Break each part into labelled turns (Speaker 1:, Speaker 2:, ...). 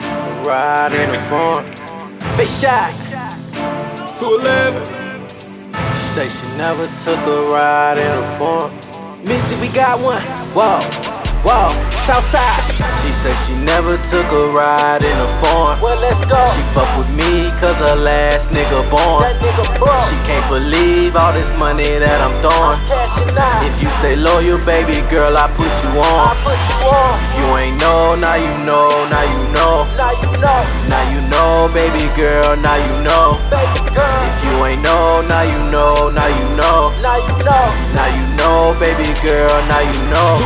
Speaker 1: Ride in the farm. Face shot.
Speaker 2: 211.
Speaker 1: She say she never took a ride in the farm. Missy, we got one. Whoa, whoa, Southside. She say she never took a ride in the farm. Well, let's go. She fuck with me cause her last nigga born. That nigga She can't believe all this money that I'm throwing. If you stay loyal, baby girl, I put you on. If you ain't know, now you know, now you know. Now you know. Now you know, baby girl, now you know. If you ain't know, now you know, now you know. Now you know. Now you know, baby girl, now you know.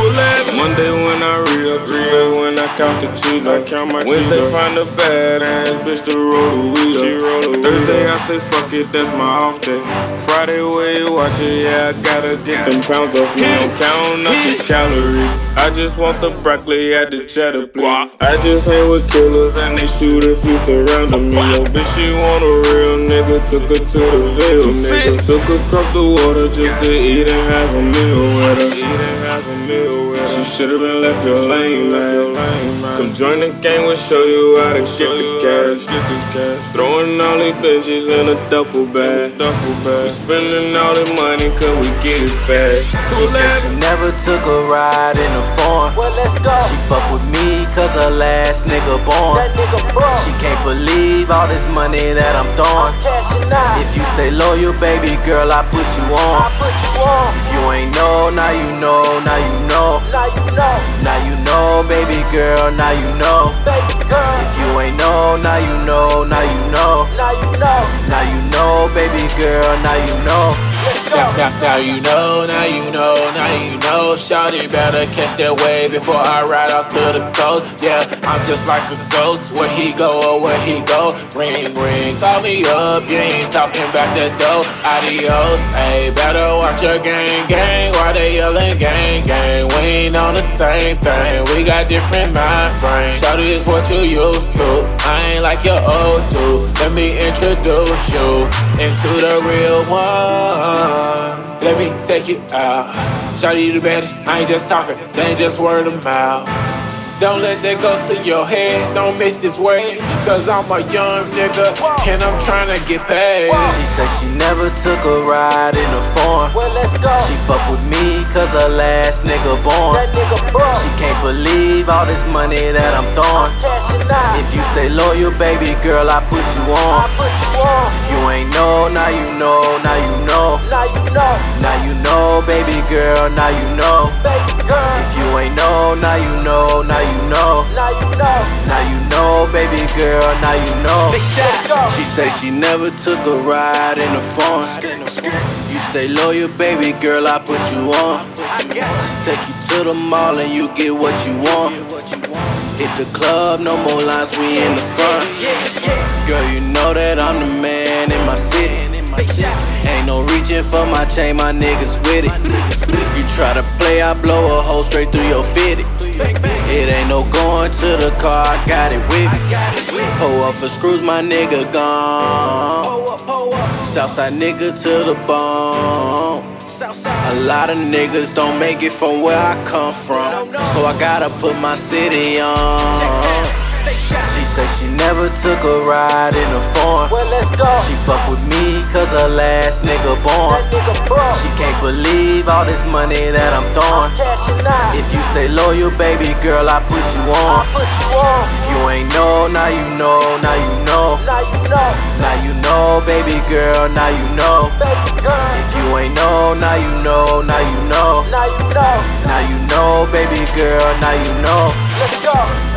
Speaker 2: 211. Monday when I re up, Tuesday when I count the cheese. I count my Wednesday find a bad ass bitch to roll the weed. She roll the Thursday I say fuck it, that's my off day. Friday way watch it, yeah I gotta get them pounds off me. I'm counting up these calories. I just want the broccoli at the cheddar please. I just hang with killers and they shoot if you surrounding me. Yo, bitch, she want a real nigga. Took her to the veil, nigga. Took her across the water just to eat and have a meal with her. Eat and have a meal with her. She should've been left your lane, man. Come join the gang, we'll show you how to get the cash. Get this cash. Throwing all these bitches in a duffel bag. Duffel bag. We spending all the money 'cause we get it fast.
Speaker 1: She said she never took a ride in the farm. Well, let's go. She fuck with me cause her last nigga born. That nigga born. She can't believe all this money that I'm throwing. If you stay loyal, baby girl, I put you on. If you ain't know, now you know, now you know. Now you know. Now you know, baby girl, now you know. If you ain't know, now you know, now you know. Now you know. Now you know, baby girl, now you know.
Speaker 3: Now, now, now you know, now you know, now you know. Shawty better catch that wave before I ride off to the coast. Yeah, I'm just like a ghost. Where he go or where he go? Ring, ring, call me up. You ain't talking back the door. Adios, hey, better watch your gang, gang. Why they yelling gang, gang? We ain't on the same thing. We got different mind frames. Shawty is what you used to. I ain't like your old dude. Let me introduce you into the real one. Let me take you out. Shawty the baddest. I ain't just talking. They ain't just word of mouth. Don't let that go to your head. Don't miss this way. Cause I'm a young nigga and I'm trying to get paid.
Speaker 1: She said she never took a ride in the farm. Well, let's go. She fuck with me cause her last nigga born. That nigga born. She can't believe all this money that I'm throwing. If you stay loyal, baby girl, I put you on. If you ain't know, now you know, now you know. Now you know. Now you know, baby girl, now you know. If you ain't know, now you know, now you know. Now you know. Now you know, baby girl, now you know. She say she never took a ride in the farm. You stay loyal, baby girl, I put you on. Take you to the mall and you get what you want. Hit the club, no more lines, we in the front. Girl, you know that I'm the man in my city. Ain't no reaching for my chain, my niggas with it. You try to play, I blow a hole straight through your fitted. It ain't no going to the car, I got it with me. Pull up for screws, my nigga gone. Southside nigga to the bone. A lot of niggas don't make it from where I come from. So I gotta put my city on. She said she never took a ride in the farm. Well, let's go. She fuck with me cause her last nigga born. She can't believe all this money that I'm throwing. If you stay loyal, baby girl, I put you on. If you ain't know, now you know, now you know. Now you know, baby girl, now you know. If you ain't know, now you know, now you know. Now you know, baby girl, now you know. Let's go.